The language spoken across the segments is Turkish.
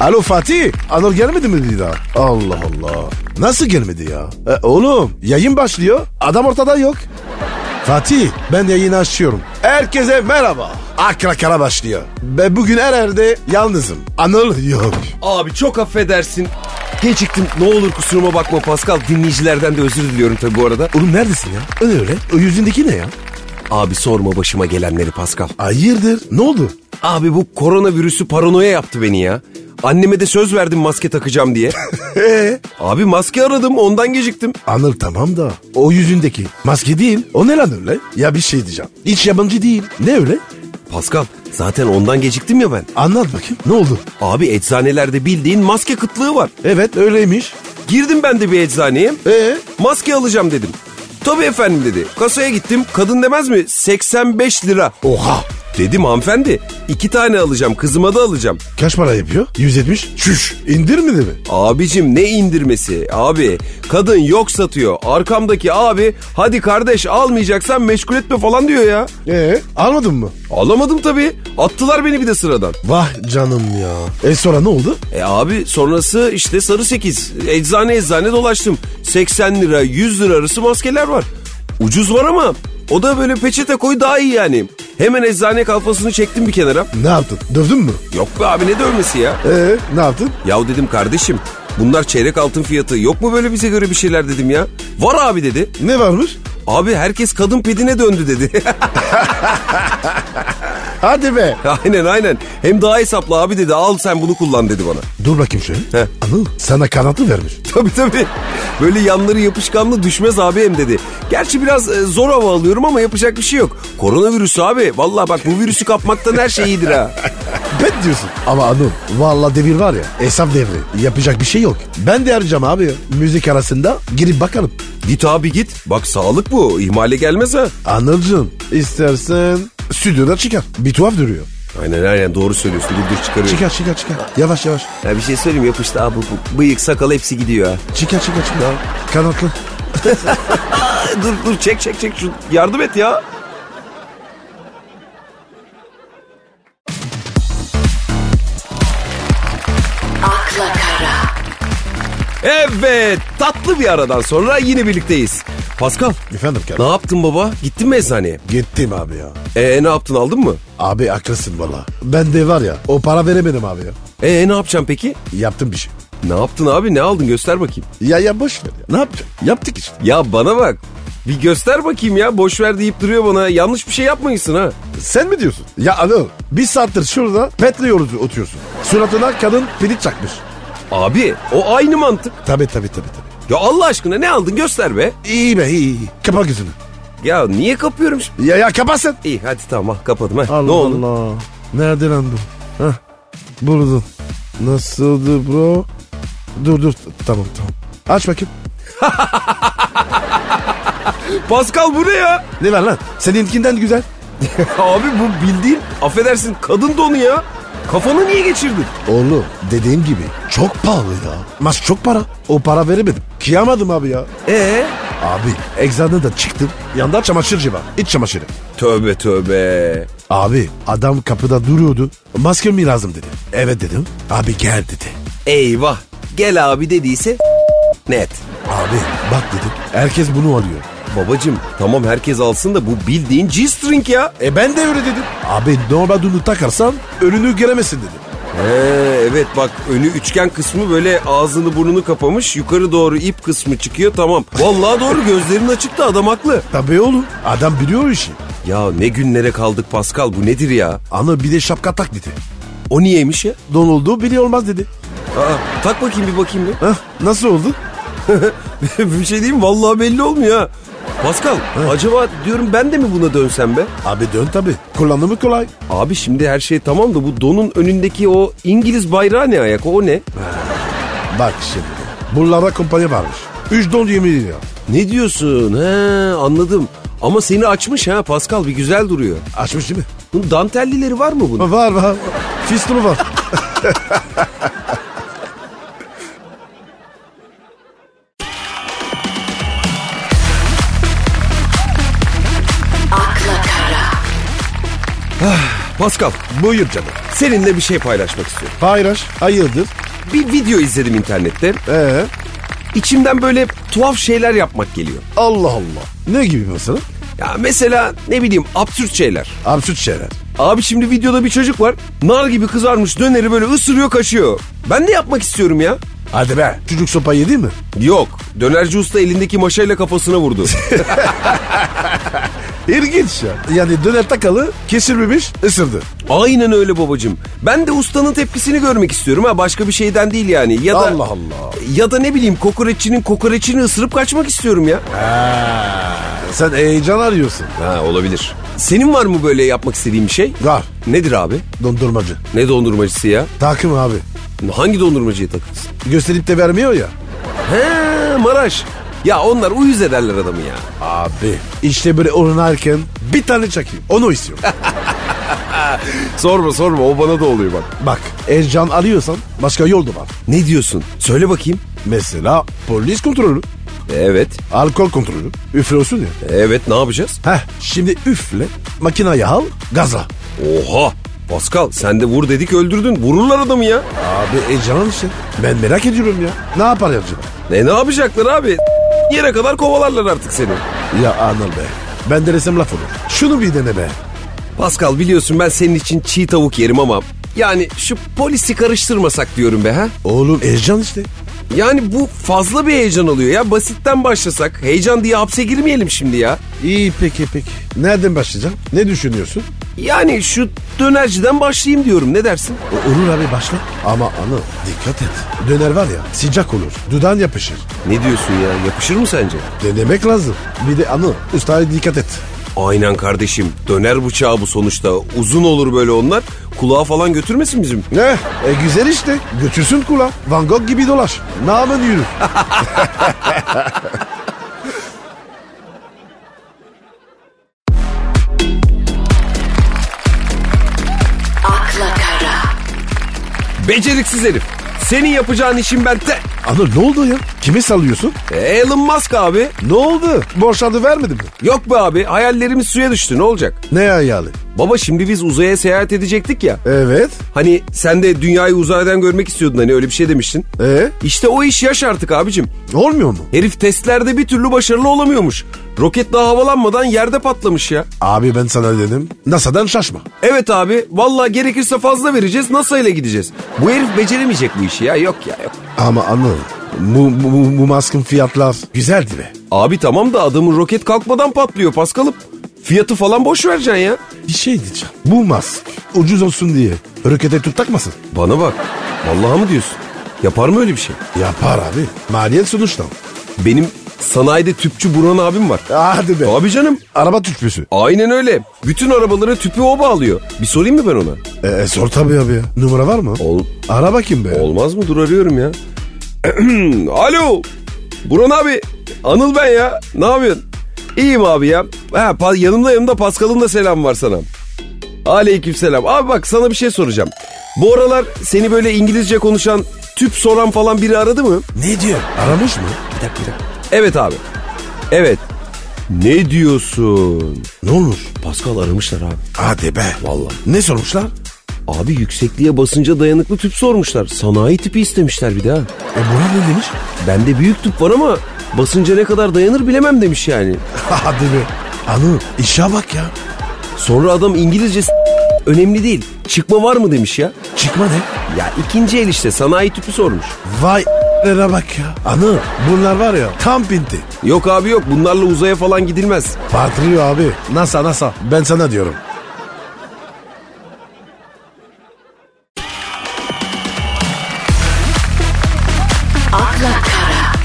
Alo Fatih. Anıl gelmedi mi bir daha? Allah Allah. Nasıl gelmedi ya? E, oğlum yayın başlıyor. Adam ortada yok. Fatih ben yayını açıyorum. Herkese merhaba. Akra kara başlıyor. Ben bugün her yerde yalnızım. Anıl yok. Abi çok affedersin. Geciktim. Ne olur kusuruma bakma Pascal. Dinleyicilerden de özür diliyorum tabii bu arada. Oğlum neredesin ya? Öyle. O yüzündeki ne ya? Abi sorma başıma gelenleri Pascal. Hayırdır? Ne oldu? Abi bu koronavirüsü paranoya yaptı beni ya. Anneme de söz verdim maske takacağım diye. Ee, Abi maske aradım ondan geciktim. Anıl tamam da o yüzündeki maske değil. O ne lan öyle? Ya bir şey diyeceğim. Hiç yabancı değil. Ne öyle? Pascal zaten ondan geciktim ya ben. Anlat bakayım. Ne oldu? Abi eczanelerde bildiğin maske kıtlığı var. Evet öyleymiş. Girdim ben de bir eczaneye. Ee? Maske alacağım dedim. Tabii efendim dedi. Kasaya gittim. Kadın demez mi? 85 lira. Oha. Dedim hanımefendi. iki tane alacağım. Kızıma da alacağım. Kaç para yapıyor? 170. Şüş. İndirmedi mi? Abicim ne indirmesi abi kadın yok satıyor arkamdaki abi hadi kardeş almayacaksan meşgul etme falan diyor ya. Ee? Almadın mı? Alamadım tabii attılar beni bir de sıradan. Vah canım ya. E sonra ne oldu? E abi sonrası işte sarı 8 eczane eczane dolaştım 80 lira 100 lira arası maskeler var ucuz var ama o da böyle peçete koy daha iyi yani. Hemen eczane kalfasını çektim bir kenara. Ne yaptın? Dövdün mü? Yok be abi ne dövmesi ya. Ee? Ne yaptın? Yahu dedim kardeşim bunlar çeyrek altın fiyatı yok mu böyle bize göre bir şeyler dedim ya. Var abi dedi. Ne varmış? Abi herkes kadın pedine döndü dedi. Hadi be. aynen aynen. Hem daha hesaplı abi dedi al sen bunu kullan dedi bana. Dur bakayım şöyle. He. Anıl sana kanatlı vermiş. Tabii tabii. Böyle yanları yapışkanlı düşmez abi hem dedi. Gerçi biraz e, zor hava alıyorum ama yapacak bir şey yok. Koronavirüs abi. Vallahi bak bu virüsü kapmaktan her şey iyidir ha. Ben diyorsun. Ama Anıl valla devir var ya hesap devri. Yapacak bir şey yok. Ben de arayacağım abi ya. Müzik arasında girip bakalım. git abi git. Bak sağlık bu. İhmale gelmez ha. Anılcığım istersen stüdyoda çıkar. Bir tuhaf duruyor. Aynen aynen doğru söylüyorsun. Dur dur çıkarıyorum. Çıkar çıkar çıkar. Yavaş yavaş. Ya bir şey söyleyeyim mi? yapıştı abi bu bıyık sakal hepsi gidiyor ha. Çıkar çıkar çıkar. Kanatlı. Ay, Dur dur çek çek çek şu yardım et ya. akla kara, Evet tatlı bir aradan sonra yine birlikteyiz. Pascal Efendim ne kanatlı. yaptın baba? Gittin mi eczaneye? Gittim abi ya. Ee ne yaptın aldın mı? Abi haklısın valla. Ben de var ya o para veremedim abi ya. Ee ne yapacaksın peki? Yaptım bir şey. Ne yaptın abi ne aldın göster bakayım. Ya ya boş ver ya. Ne yapacağım? Yaptık işte. Ya bana bak. Bir göster bakayım ya boş ver deyip duruyor bana. Yanlış bir şey yapmayısın ha. Sen mi diyorsun? Ya Anıl bir saattir şurada petle yorucu oturuyorsun. Suratına kadın pirinç çakmış. Abi o aynı mantık. Tabi tabi tabi tabi. Ya Allah aşkına ne aldın göster be. İyi be iyi iyi. Kapa gözünü. Ya niye kapıyorum şimdi? Ya ya kapa sen. İyi hadi tamam ha, kapadım ha. ne oldu? Allah. Nerede lan bu? Hah. Buldum. Nasıldı bro? Dur dur tamam tamam. Aç bakayım. Pascal bu ne ya? Ne var lan? Seninkinden güzel. Abi bu bildiğin affedersin kadın donu ya. Kafanı niye geçirdin? Oğlum dediğim gibi çok pahalı ya. Mas çok para. O para veremedim. Kıyamadım abi ya. Ee? Abi egzanı da çıktım. Yanda çamaşırcı var. İç çamaşırı. Tövbe tövbe. Abi adam kapıda duruyordu. Maske mi lazım dedi. Evet dedim. Abi gel dedi. Eyvah. Gel abi dediyse net. Abi bak dedim. Herkes bunu arıyor. Babacım tamam herkes alsın da bu bildiğin G-string ya. E ben de öyle dedim. Abi normal dunu takarsan önünü göremezsin dedi. He, evet bak önü üçgen kısmı böyle ağzını burnunu kapamış yukarı doğru ip kısmı çıkıyor tamam. Vallahi doğru gözlerin açıktı adam haklı. Tabii oğlum. Adam biliyor o işi. Ya ne günlere kaldık Pascal bu nedir ya? Ana bir de şapka tak dedi. O niyeymiş ya? Don olduğu biliyor olmaz dedi. Aa, tak bakayım bir bakayım bir. Hah, nasıl oldu? bir şey diyeyim mi? vallahi belli olmuyor ha. Pascal acaba diyorum ben de mi buna dönsem be? Abi dön tabii. Kullanımı kolay. Abi şimdi her şey tamam da bu donun önündeki o İngiliz bayrağı ne ayak o ne? Bak şimdi. Bunlarda kumpanya varmış. 3 don 20 lira. Ne diyorsun? He anladım. Ama seni açmış ha Pascal bir güzel duruyor. Açmış değil mi? Bunun dantellileri var mı bunun? Var var. Fistonu var. akla kara, Pascal Buyur canım. Seninle bir şey paylaşmak istiyorum. Paylaş. Hayırdır? Bir video izledim internette. Ee, İçimden böyle tuhaf şeyler yapmak geliyor. Allah Allah. Ne gibi mesela? Ya mesela ne bileyim absürt şeyler. Absürt şeyler. Abi şimdi videoda bir çocuk var. Nar gibi kızarmış döneri böyle ısırıyor kaşıyor. Ben de yapmak istiyorum ya. Hadi be. Çocuk sopa yedi mi? Yok. Dönerci usta elindeki maşayla kafasına vurdu. İlginç ya. Yani döner takalı kesilmemiş ısırdı. Aynen öyle babacığım. Ben de ustanın tepkisini görmek istiyorum ha başka bir şeyden değil yani. Ya da Allah Allah. Ya da ne bileyim kokoreççinin kokoreçini ısırıp kaçmak istiyorum ya. Sen heyecan arıyorsun. Ha olabilir. Senin var mı böyle yapmak istediğin bir şey? Var. Nedir abi? Dondurmacı. Ne dondurmacısı ya? Takım abi. Hangi dondurmacıya takılsın? Gösterip de vermiyor ya. He Maraş. Ya onlar uyuz ederler adamı ya. Abi. işte böyle oynarken bir tane çakayım. Onu istiyorum. Sorma sorma o bana da oluyor bak. Bak heyecan arıyorsan başka yol da var. Ne diyorsun? Söyle bakayım. Mesela polis kontrolü. Evet. Alkol kontrolü. Üflüyorsun ya. Evet ne yapacağız? Heh şimdi üfle. Makinayı al. Gazla. Oha. Pascal sen de vur dedik öldürdün. Vururlar adamı ya. Abi heyecan işte. Ben merak ediyorum ya. Ne yapar acaba? E, Ne ne yapacaklar abi? Yere kadar kovalarlar artık seni. Ya Anıl be. Ben de resim laf olur. Şunu bir dene be. Pascal biliyorsun ben senin için çiğ tavuk yerim ama yani şu polisi karıştırmasak diyorum be ha. Oğlum heyecan işte. Yani bu fazla bir heyecan oluyor ya. Basitten başlasak. Heyecan diye hapse girmeyelim şimdi ya. İyi peki peki. Nereden başlayacağım? Ne düşünüyorsun? Yani şu dönerciden başlayayım diyorum. Ne dersin? O- olur abi başla. Ama Anıl dikkat et. Döner var ya sıcak olur. Dudağın yapışır. Ne diyorsun ya? Yapışır mı sence? Denemek lazım. Bir de Anıl ustaya dikkat et. Aynen kardeşim. Döner bıçağı bu sonuçta. Uzun olur böyle onlar. Kulağa falan götürmesin bizim. Ne? E güzel işte. Götürsün kula. Van Gogh gibi dolaş. Namın yürür. akla kara, Beceriksiz herif. Senin yapacağın işin ben te... E, Anıl ne oldu ya? Kime sallıyorsun? Elon Musk abi. Ne oldu? Borç adı vermedi mi? Yok be abi hayallerimiz suya düştü ne olacak? Ne hayali? Baba şimdi biz uzaya seyahat edecektik ya. Evet. Hani sen de dünyayı uzaydan görmek istiyordun hani öyle bir şey demiştin. E İşte o iş yaş artık abicim. olmuyor mu? Herif testlerde bir türlü başarılı olamıyormuş. Roket daha havalanmadan yerde patlamış ya. Abi ben sana dedim. NASA'dan şaşma. Evet abi vallahi gerekirse fazla vereceğiz NASA ile gideceğiz. Bu herif beceremeyecek bu işi ya yok ya yok. Ama Anıl bu, bu, bu, bu maskın fiyatlar güzeldi be. Abi tamam da adamın roket kalkmadan patlıyor Paskal'ım. Fiyatı falan boş vereceksin ya. Bir şey diyeceğim. Bu mask ucuz olsun diye rokete tut takmasın. Bana bak. Vallahi mı diyorsun? Yapar mı öyle bir şey? Yapar abi. Maliyet sonuçta. Benim sanayide tüpçü Burhan abim var. Hadi be. Abi canım. Araba tüpüsü. Aynen öyle. Bütün arabalara tüpü o bağlıyor. Bir sorayım mı ben ona? E, sor tabii abi ya. Numara var mı? Ol- Araba kim be? Olmaz mı? Dur arıyorum ya. Alo. Burhan abi. Anıl ben ya. Ne yapıyorsun? İyiyim abi ya. Ha, pa- yanımda yanımda Paskal'ın da selamı var sana. Aleyküm selam. Abi bak sana bir şey soracağım. Bu aralar seni böyle İngilizce konuşan, tüp soran falan biri aradı mı? Ne diyor? Aramış mı? Bir dakika bir dakika. Evet abi. Evet. Ne diyorsun? Ne olmuş? Pascal aramışlar abi. Hadi be. Vallahi. Ne sormuşlar? Abi yüksekliğe basınca dayanıklı tüp sormuşlar. Sanayi tipi istemişler bir daha. E Burhan ne demiş? Bende büyük tüp var ama basınca ne kadar dayanır bilemem demiş yani. Hadi be. Anıl işe bak ya. Sonra adam İngilizce s- önemli değil. Çıkma var mı demiş ya. Çıkma ne? Ya ikinci el işte sanayi tüpü sormuş. Vay a**lere bak ya. Anıl bunlar var ya tam pinti. Yok abi yok bunlarla uzaya falan gidilmez. Patlıyor abi. NASA NASA. Ben sana diyorum. akla kara,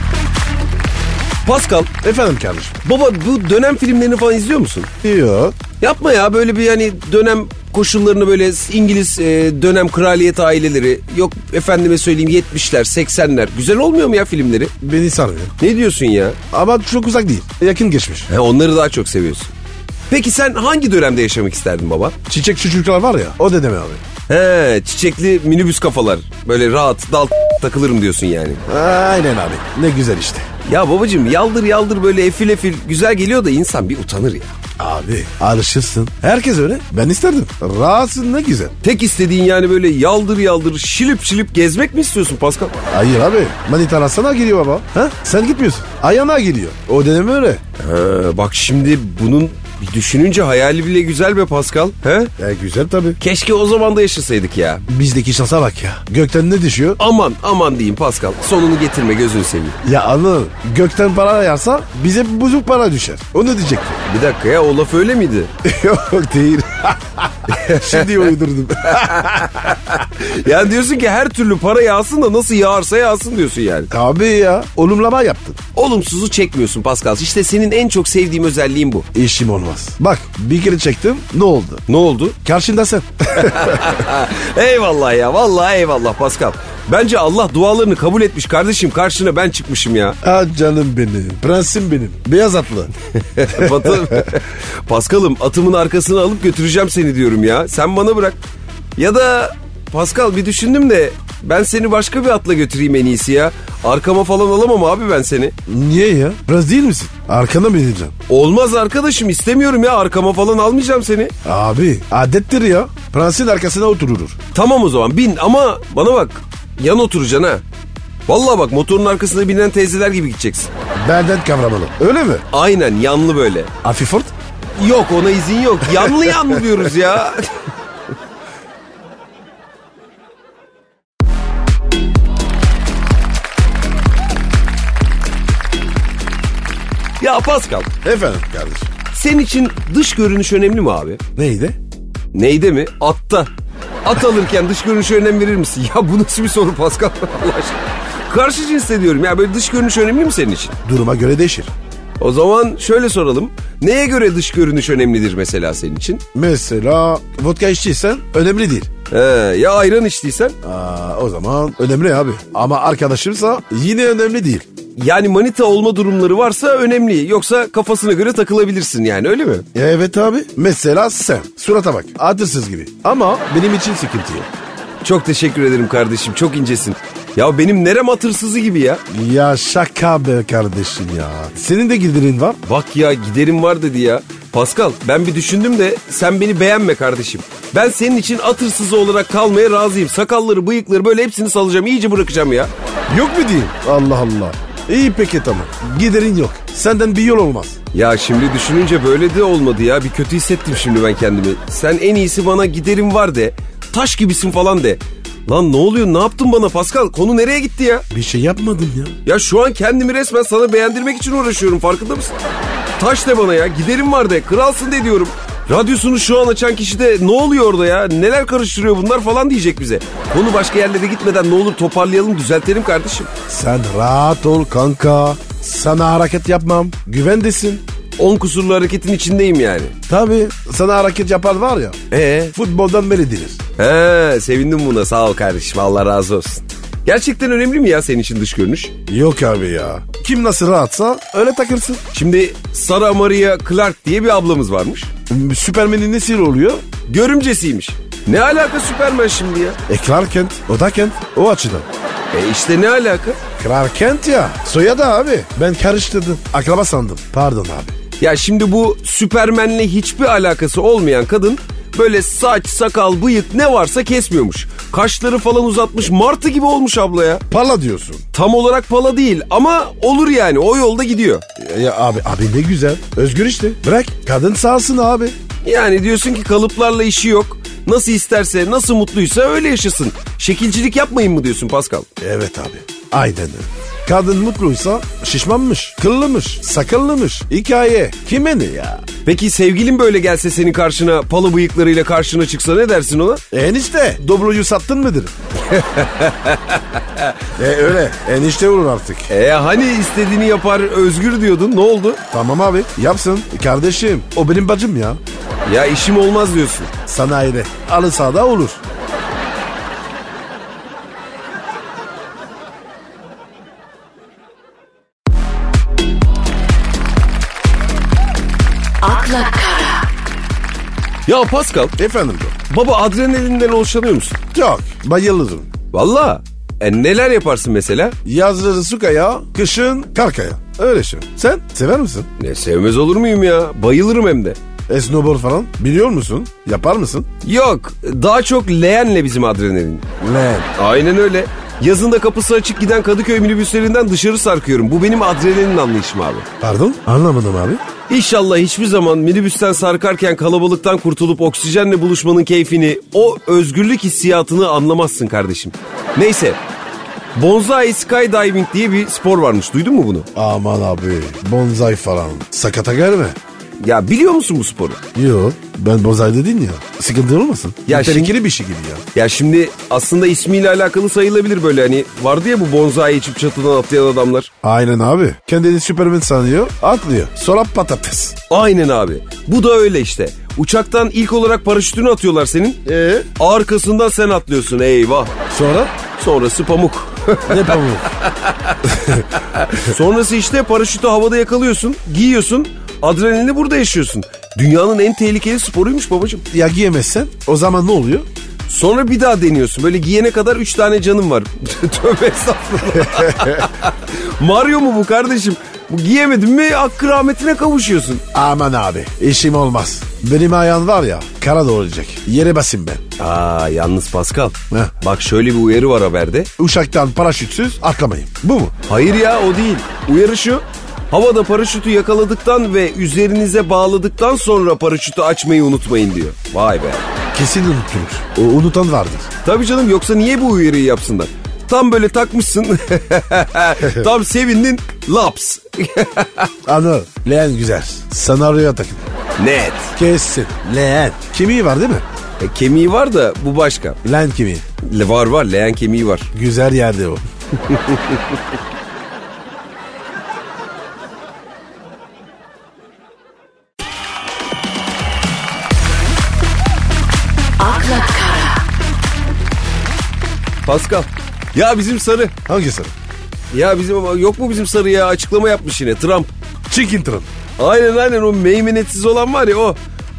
Pascal e, Efendim kardeşim. baba bu dönem filmlerini falan izliyor musun? Yok. Yapma ya böyle bir hani dönem koşullarını böyle İngiliz e, dönem kraliyet aileleri yok efendime söyleyeyim 70'ler 80'ler güzel olmuyor mu ya filmleri? Beni sarmıyor. Ne diyorsun ya? Ama çok uzak değil. Yakın geçmiş. He, onları daha çok seviyorsun. Peki sen hangi dönemde yaşamak isterdin baba? Çiçek çocuklar var ya o dedeme abi. He çiçekli minibüs kafalar. Böyle rahat dal takılırım diyorsun yani. Aynen abi. Ne güzel işte. Ya babacığım yaldır yaldır böyle efil efil güzel geliyor da insan bir utanır ya. Abi alışırsın. Herkes öyle. Ben isterdim. Rahatsın ne güzel. Tek istediğin yani böyle yaldır yaldır şilip şilip gezmek mi istiyorsun Pascal? Hayır abi. Manitana sana geliyor baba. Ha? Sen gitmiyorsun. Ayağına geliyor. O dönem öyle. Ee, bak şimdi bunun bir düşününce hayali bile güzel be Pascal. He? E, güzel tabii. Keşke o zaman da yaşasaydık ya. Bizdeki şansa bak ya. Gökten ne düşüyor? Aman aman diyeyim Pascal. Sonunu getirme gözünü seveyim. Ya anladım. Gökten para yağsa bize buzuk para düşer. Onu diyecektim. Bir dakika ya o laf öyle miydi? Yok değil. Şimdi uydurdum. yani diyorsun ki her türlü para yağsın da nasıl yağarsa yağsın diyorsun yani. Abi ya olumlama yaptın. Olumsuzu çekmiyorsun Pascal. İşte senin en çok sevdiğim özelliğin bu. İşim olmaz. Bak bir kere çektim ne oldu? Ne oldu? Karşında sen. eyvallah ya vallahi eyvallah Pascal. Bence Allah dualarını kabul etmiş kardeşim karşına ben çıkmışım ya. ah canım benim. Prensim benim. Beyaz atlı. Batı- Pascal'ım atımın arkasına alıp götüreceğim seni diyorum ya. Sen bana bırak. Ya da Pascal bir düşündüm de ben seni başka bir atla götüreyim en iyisi ya. Arkama falan alamam abi ben seni. Niye ya? Prens değil misin? Arkana mı ineceğim? Olmaz arkadaşım istemiyorum ya arkama falan almayacağım seni. Abi adettir ya. Prensin arkasına oturur. Tamam o zaman bin ama bana bak yan oturacaksın ha. Vallahi bak motorun arkasına binen teyzeler gibi gideceksin. Benden kavramalı. Öyle mi? Aynen yanlı böyle. Afifort? Yok ona izin yok. Yanlı yanlı diyoruz ya. ya Pascal Efendim kardeşim. senin için dış görünüş önemli mi abi? Neydi? Neyde mi? Atta. At alırken dış görünüşe önem verir misin? Ya bu nasıl bir soru Pascal Allah aşkına. Karşı cinste diyorum ya böyle dış görünüş önemli mi senin için? Duruma göre değişir. O zaman şöyle soralım. Neye göre dış görünüş önemlidir mesela senin için? Mesela vodka içtiysen önemli değil. Ee, ya ayran içtiysen? Aa, o zaman önemli abi. Ama arkadaşımsa yine önemli değil. Yani manita olma durumları varsa önemli. Yoksa kafasına göre takılabilirsin yani öyle mi? Evet abi. Mesela sen. Surata bak. Adırsız gibi. Ama benim için sıkıntı yok. Çok teşekkür ederim kardeşim. Çok incesin. Ya benim nerem atırsızı gibi ya. Ya şaka be kardeşim ya. Senin de girdirin var. Bak ya giderim var dedi ya. Pascal ben bir düşündüm de sen beni beğenme kardeşim. Ben senin için atırsızı olarak kalmaya razıyım. Sakalları, bıyıkları böyle hepsini salacağım. iyice bırakacağım ya. Yok mu diyeyim? Allah Allah. İyi peki tamam. Giderin yok. Senden bir yol olmaz. Ya şimdi düşününce böyle de olmadı ya. Bir kötü hissettim şimdi ben kendimi. Sen en iyisi bana giderim var de. Taş gibisin falan de. Lan ne oluyor ne yaptın bana Pascal? Konu nereye gitti ya? Bir şey yapmadım ya. Ya şu an kendimi resmen sana beğendirmek için uğraşıyorum farkında mısın? Taş de bana ya giderim var de kralsın de diyorum. Radyosunu şu an açan kişi de ne oluyor orada ya neler karıştırıyor bunlar falan diyecek bize. Konu başka yerlere gitmeden ne olur toparlayalım düzeltelim kardeşim. Sen rahat ol kanka. Sana hareket yapmam. Güvendesin. On kusurlu hareketin içindeyim yani. Tabii sana hareket yapar var ya. Ee, Futboldan beri dilir. He, sevindim buna sağ ol kardeşim Allah razı olsun. Gerçekten önemli mi ya senin için dış görünüş? Yok abi ya. Kim nasıl rahatsa öyle takırsın. Şimdi Sara Maria Clark diye bir ablamız varmış. Süpermen'in nesi oluyor? Görümcesiymiş. Ne alaka Süpermen şimdi ya? E Clark Kent. O da Kent. O açıdan. E işte ne alaka? Clark Kent ya. Soyadı abi. Ben karıştırdım. Akraba sandım. Pardon abi. Ya şimdi bu Süpermen'le hiçbir alakası olmayan kadın böyle saç, sakal, bıyık ne varsa kesmiyormuş. Kaşları falan uzatmış martı gibi olmuş abla ya. Pala diyorsun. Tam olarak pala değil ama olur yani o yolda gidiyor. Ya, E, ya abi abi ne güzel. Özgür işte. Bırak. Kadın sağsın abi. Yani diyorsun ki kalıplarla işi yok. Nasıl isterse, nasıl mutluysa öyle yaşasın. Şekilcilik yapmayın mı diyorsun Pascal? Evet abi. Aynen öyle. Kadın mutluysa şişmanmış, kıllımış, sakallımış. Hikaye. Kime ne ya? Peki sevgilin böyle gelse senin karşına pala bıyıklarıyla karşına çıksa ne dersin ona? E, Enişte Doblo'yu sattın mıdır? e öyle. Enişte olur artık. E hani istediğini yapar özgür diyordun ne oldu? Tamam abi yapsın. Kardeşim o benim bacım ya. Ya işim olmaz diyorsun. Sanayide. Alı sağda olur. akla kara, Ya Pascal Efendim bu. baba adrenalinden hoşlanıyor musun? Çok bayılırım. Valla. E neler yaparsın mesela? Yazları su kaya, kışın kar kaya. Öyle şey. Sen sever misin? Ne sevmez olur muyum ya? Bayılırım hem de. E, snowboard falan biliyor musun? Yapar mısın? Yok daha çok leğenle bizim adrenalin. Lan. Aynen öyle. Yazında kapısı açık giden Kadıköy minibüslerinden dışarı sarkıyorum. Bu benim adrenalin anlayışım abi. Pardon anlamadım abi. İnşallah hiçbir zaman minibüsten sarkarken kalabalıktan kurtulup oksijenle buluşmanın keyfini, o özgürlük hissiyatını anlamazsın kardeşim. Neyse. Bonsai skydiving diye bir spor varmış. Duydun mu bunu? Aman abi bonzai falan. Sakata gelme. Ya biliyor musun bu sporu? Yo ben bonzai dedin ya. Sıkıntı olmasın. Ya Ya Tehlikeli şimdi- bir şey gibi ya. Ya şimdi aslında ismiyle alakalı sayılabilir böyle hani vardı ya bu bonsai içip çatıdan atlayan adamlar. Aynen abi. Kendini Superman sanıyor atlıyor. Sonra patates. Aynen abi. Bu da öyle işte. Uçaktan ilk olarak paraşütünü atıyorlar senin. Ee? Arkasından sen atlıyorsun eyvah. Sonra? Sonrası pamuk. Ne pamuk? Sonrası işte paraşütü havada yakalıyorsun, giyiyorsun, adrenalini burada yaşıyorsun. Dünyanın en tehlikeli sporuymuş babacığım. ya giyemezsen o zaman ne oluyor? Sonra bir daha deniyorsun. Böyle giyene kadar 3 tane canım var. Tövbe estağfurullah. Mario mu bu kardeşim? Bu giyemedin mi hakkı rahmetine kavuşuyorsun. Aman abi işim olmaz. Benim ayağım var ya kara doğrayacak. Yere basayım ben. Aa yalnız Pascal. Heh. Bak şöyle bir uyarı var haberde. Uçaktan paraşütsüz atlamayın. Bu mu? Hayır ya o değil. Uyarı şu. Havada paraşütü yakaladıktan ve üzerinize bağladıktan sonra paraşütü açmayı unutmayın diyor. Vay be. Kesin unutulur. O unutan vardır. Tabii canım yoksa niye bu uyarıyı yapsınlar? Tam böyle takmışsın. Tam sevindin. Laps. Anı leğen güzel. Senaryoya takın. Net. Kesin. Leğen. Kemiği var değil mi? E, kemiği var da bu başka. Leğen kemiği. Le- var var leğen kemiği var. Güzel yerde o. akla kara, Pascal. Ya bizim sarı. Hangisi? Ya bizim ama yok mu bizim sarı ya açıklama yapmış yine Trump. Chicken Tron. Aynen aynen o meymenetsiz olan var ya o.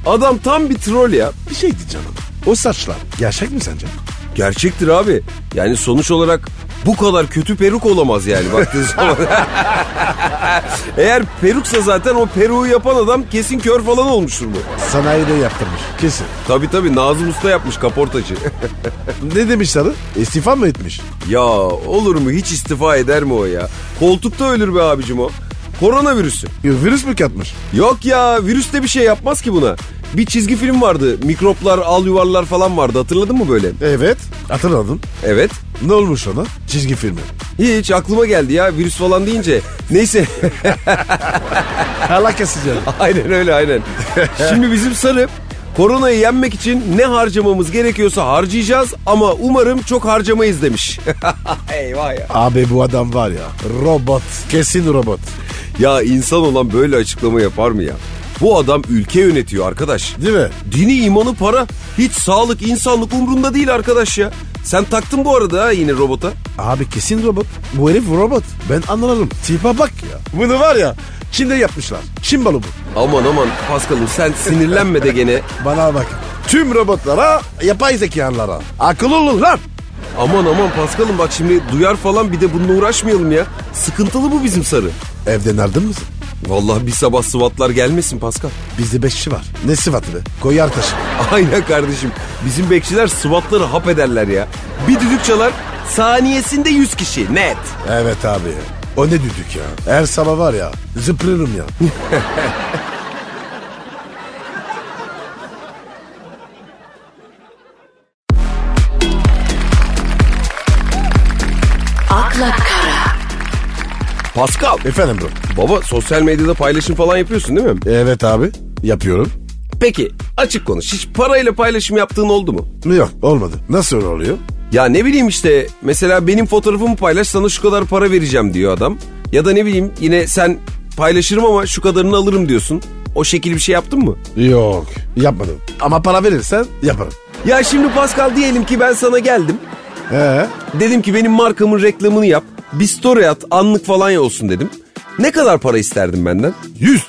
Adam tam bir troll ya. Bir şey diyeceğim ama. O saçlar gerçek mi sence? Gerçektir abi. Yani sonuç olarak bu kadar kötü peruk olamaz yani baktığın zaman. Eğer peruksa zaten o peruğu yapan adam kesin kör falan olmuştur bu. Sanayide yaptırmış. Kesin. Tabii tabii Nazım Usta yapmış kaportacı. Ne demiş sarı? İstifa mı etmiş? ya olur mu hiç istifa eder mi o ya? Koltukta ölür be abicim o. Koronavirüsü. Virüs mü katmış? Yok ya virüs de bir şey yapmaz ki buna. Bir çizgi film vardı. Mikroplar, al yuvarlar falan vardı. Hatırladın mı böyle? Evet. Hatırladım. Evet. Ne olmuş ona? Çizgi filmi. Hiç aklıma geldi ya virüs falan deyince. Neyse Alakasız yani. Aynen öyle aynen. Şimdi bizim sarı koronayı yenmek için ne harcamamız gerekiyorsa harcayacağız ama umarım çok harcamayız demiş. Eyvah ya. Abi bu adam var ya robot. Kesin robot. Ya insan olan böyle açıklama yapar mı ya? Bu adam ülke yönetiyor arkadaş. Değil mi? Dini imanı para. Hiç sağlık insanlık umrunda değil arkadaş ya. Sen taktın bu arada ha yine robota. Abi kesin robot. Bu herif robot. Ben anlarım. Tipe bak ya. Bunu var ya Çin'de yapmışlar. Çin balı bu. Aman aman Paskal'ım sen sinirlenme de gene. Bana bak. Tüm robotlara, yapay zekalara. Akıllı olun lan. Aman aman Paskal'ım bak şimdi duyar falan bir de bununla uğraşmayalım ya. Sıkıntılı bu bizim sarı. Evden ardın mısın? Vallahi bir sabah sıvatlar gelmesin Pascal. Bizde beşçi var. Ne sıfatı be? Koyar taşı. Aynen kardeşim. Bizim bekçiler sıvatları hap ederler ya. Bir düdük çalar saniyesinde 100 kişi net. Evet abi. O ne düdük ya? Her sabah var ya zıplarım ya. akla kara, Pascal. Efendim bro. Baba sosyal medyada paylaşım falan yapıyorsun değil mi? Evet abi. Yapıyorum. Peki açık konuş. Hiç parayla paylaşım yaptığın oldu mu? Yok olmadı. Nasıl öyle oluyor? Ya ne bileyim işte mesela benim fotoğrafımı paylaş sana şu kadar para vereceğim diyor adam. Ya da ne bileyim yine sen paylaşırım ama şu kadarını alırım diyorsun. O şekil bir şey yaptın mı? Yok yapmadım. Ama para verirsen yaparım. Ya şimdi Pascal diyelim ki ben sana geldim. Ee, Dedim ki benim markamın reklamını yap. Bir story at anlık falan ya olsun dedim. Ne kadar para isterdin benden? 100.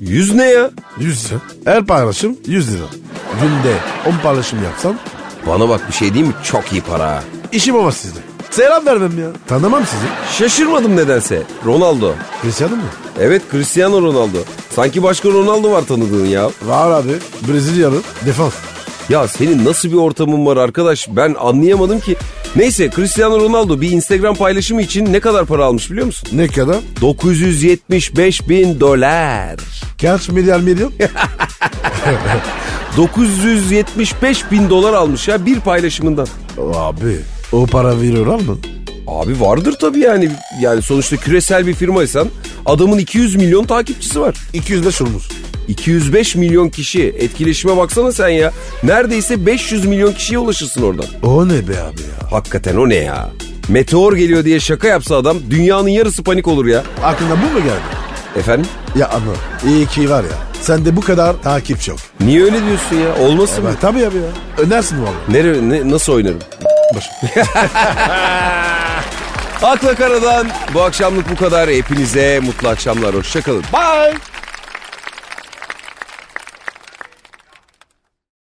Yüz ne ya? 100 lira. Her paylaşım 100 lira. Günde 10 paylaşım yapsam Bana bak bir şey değil mi? Çok iyi para. ha. işim olmaz sizde. Selam vermem ya. Tanımam sizi. Şaşırmadım nedense. Ronaldo. Hristiyanım mı? Evet Cristiano Ronaldo. Sanki başka Ronaldo var tanıdığın ya. Var abi. Brezilyalı. Defans. Ya senin nasıl bir ortamın var arkadaş ben anlayamadım ki. Neyse Cristiano Ronaldo bir Instagram paylaşımı için ne kadar para almış biliyor musun? Ne kadar? 975 bin dolar. Kaç milyar milyon? 975 bin dolar almış ya bir paylaşımından. abi o para veriyorlar mı? Abi vardır tabii yani. Yani sonuçta küresel bir firmaysan adamın 200 milyon takipçisi var. 205 olmuş. 205 milyon kişi. Etkileşime baksana sen ya. Neredeyse 500 milyon kişiye ulaşırsın oradan. O ne be abi ya? Hakikaten o ne ya? Meteor geliyor diye şaka yapsa adam dünyanın yarısı panik olur ya. Aklına bu mu geldi? Efendim? Ya anıl iyi ki var ya. Sende bu kadar takip yok. Niye öyle diyorsun ya? Olmasın mı? Ben, tabii abi ya. Önersin vallahi. Nere, ne- nasıl oynarım? Akla Karadan bu akşamlık bu kadar. Hepinize mutlu akşamlar. Hoşçakalın. Bye.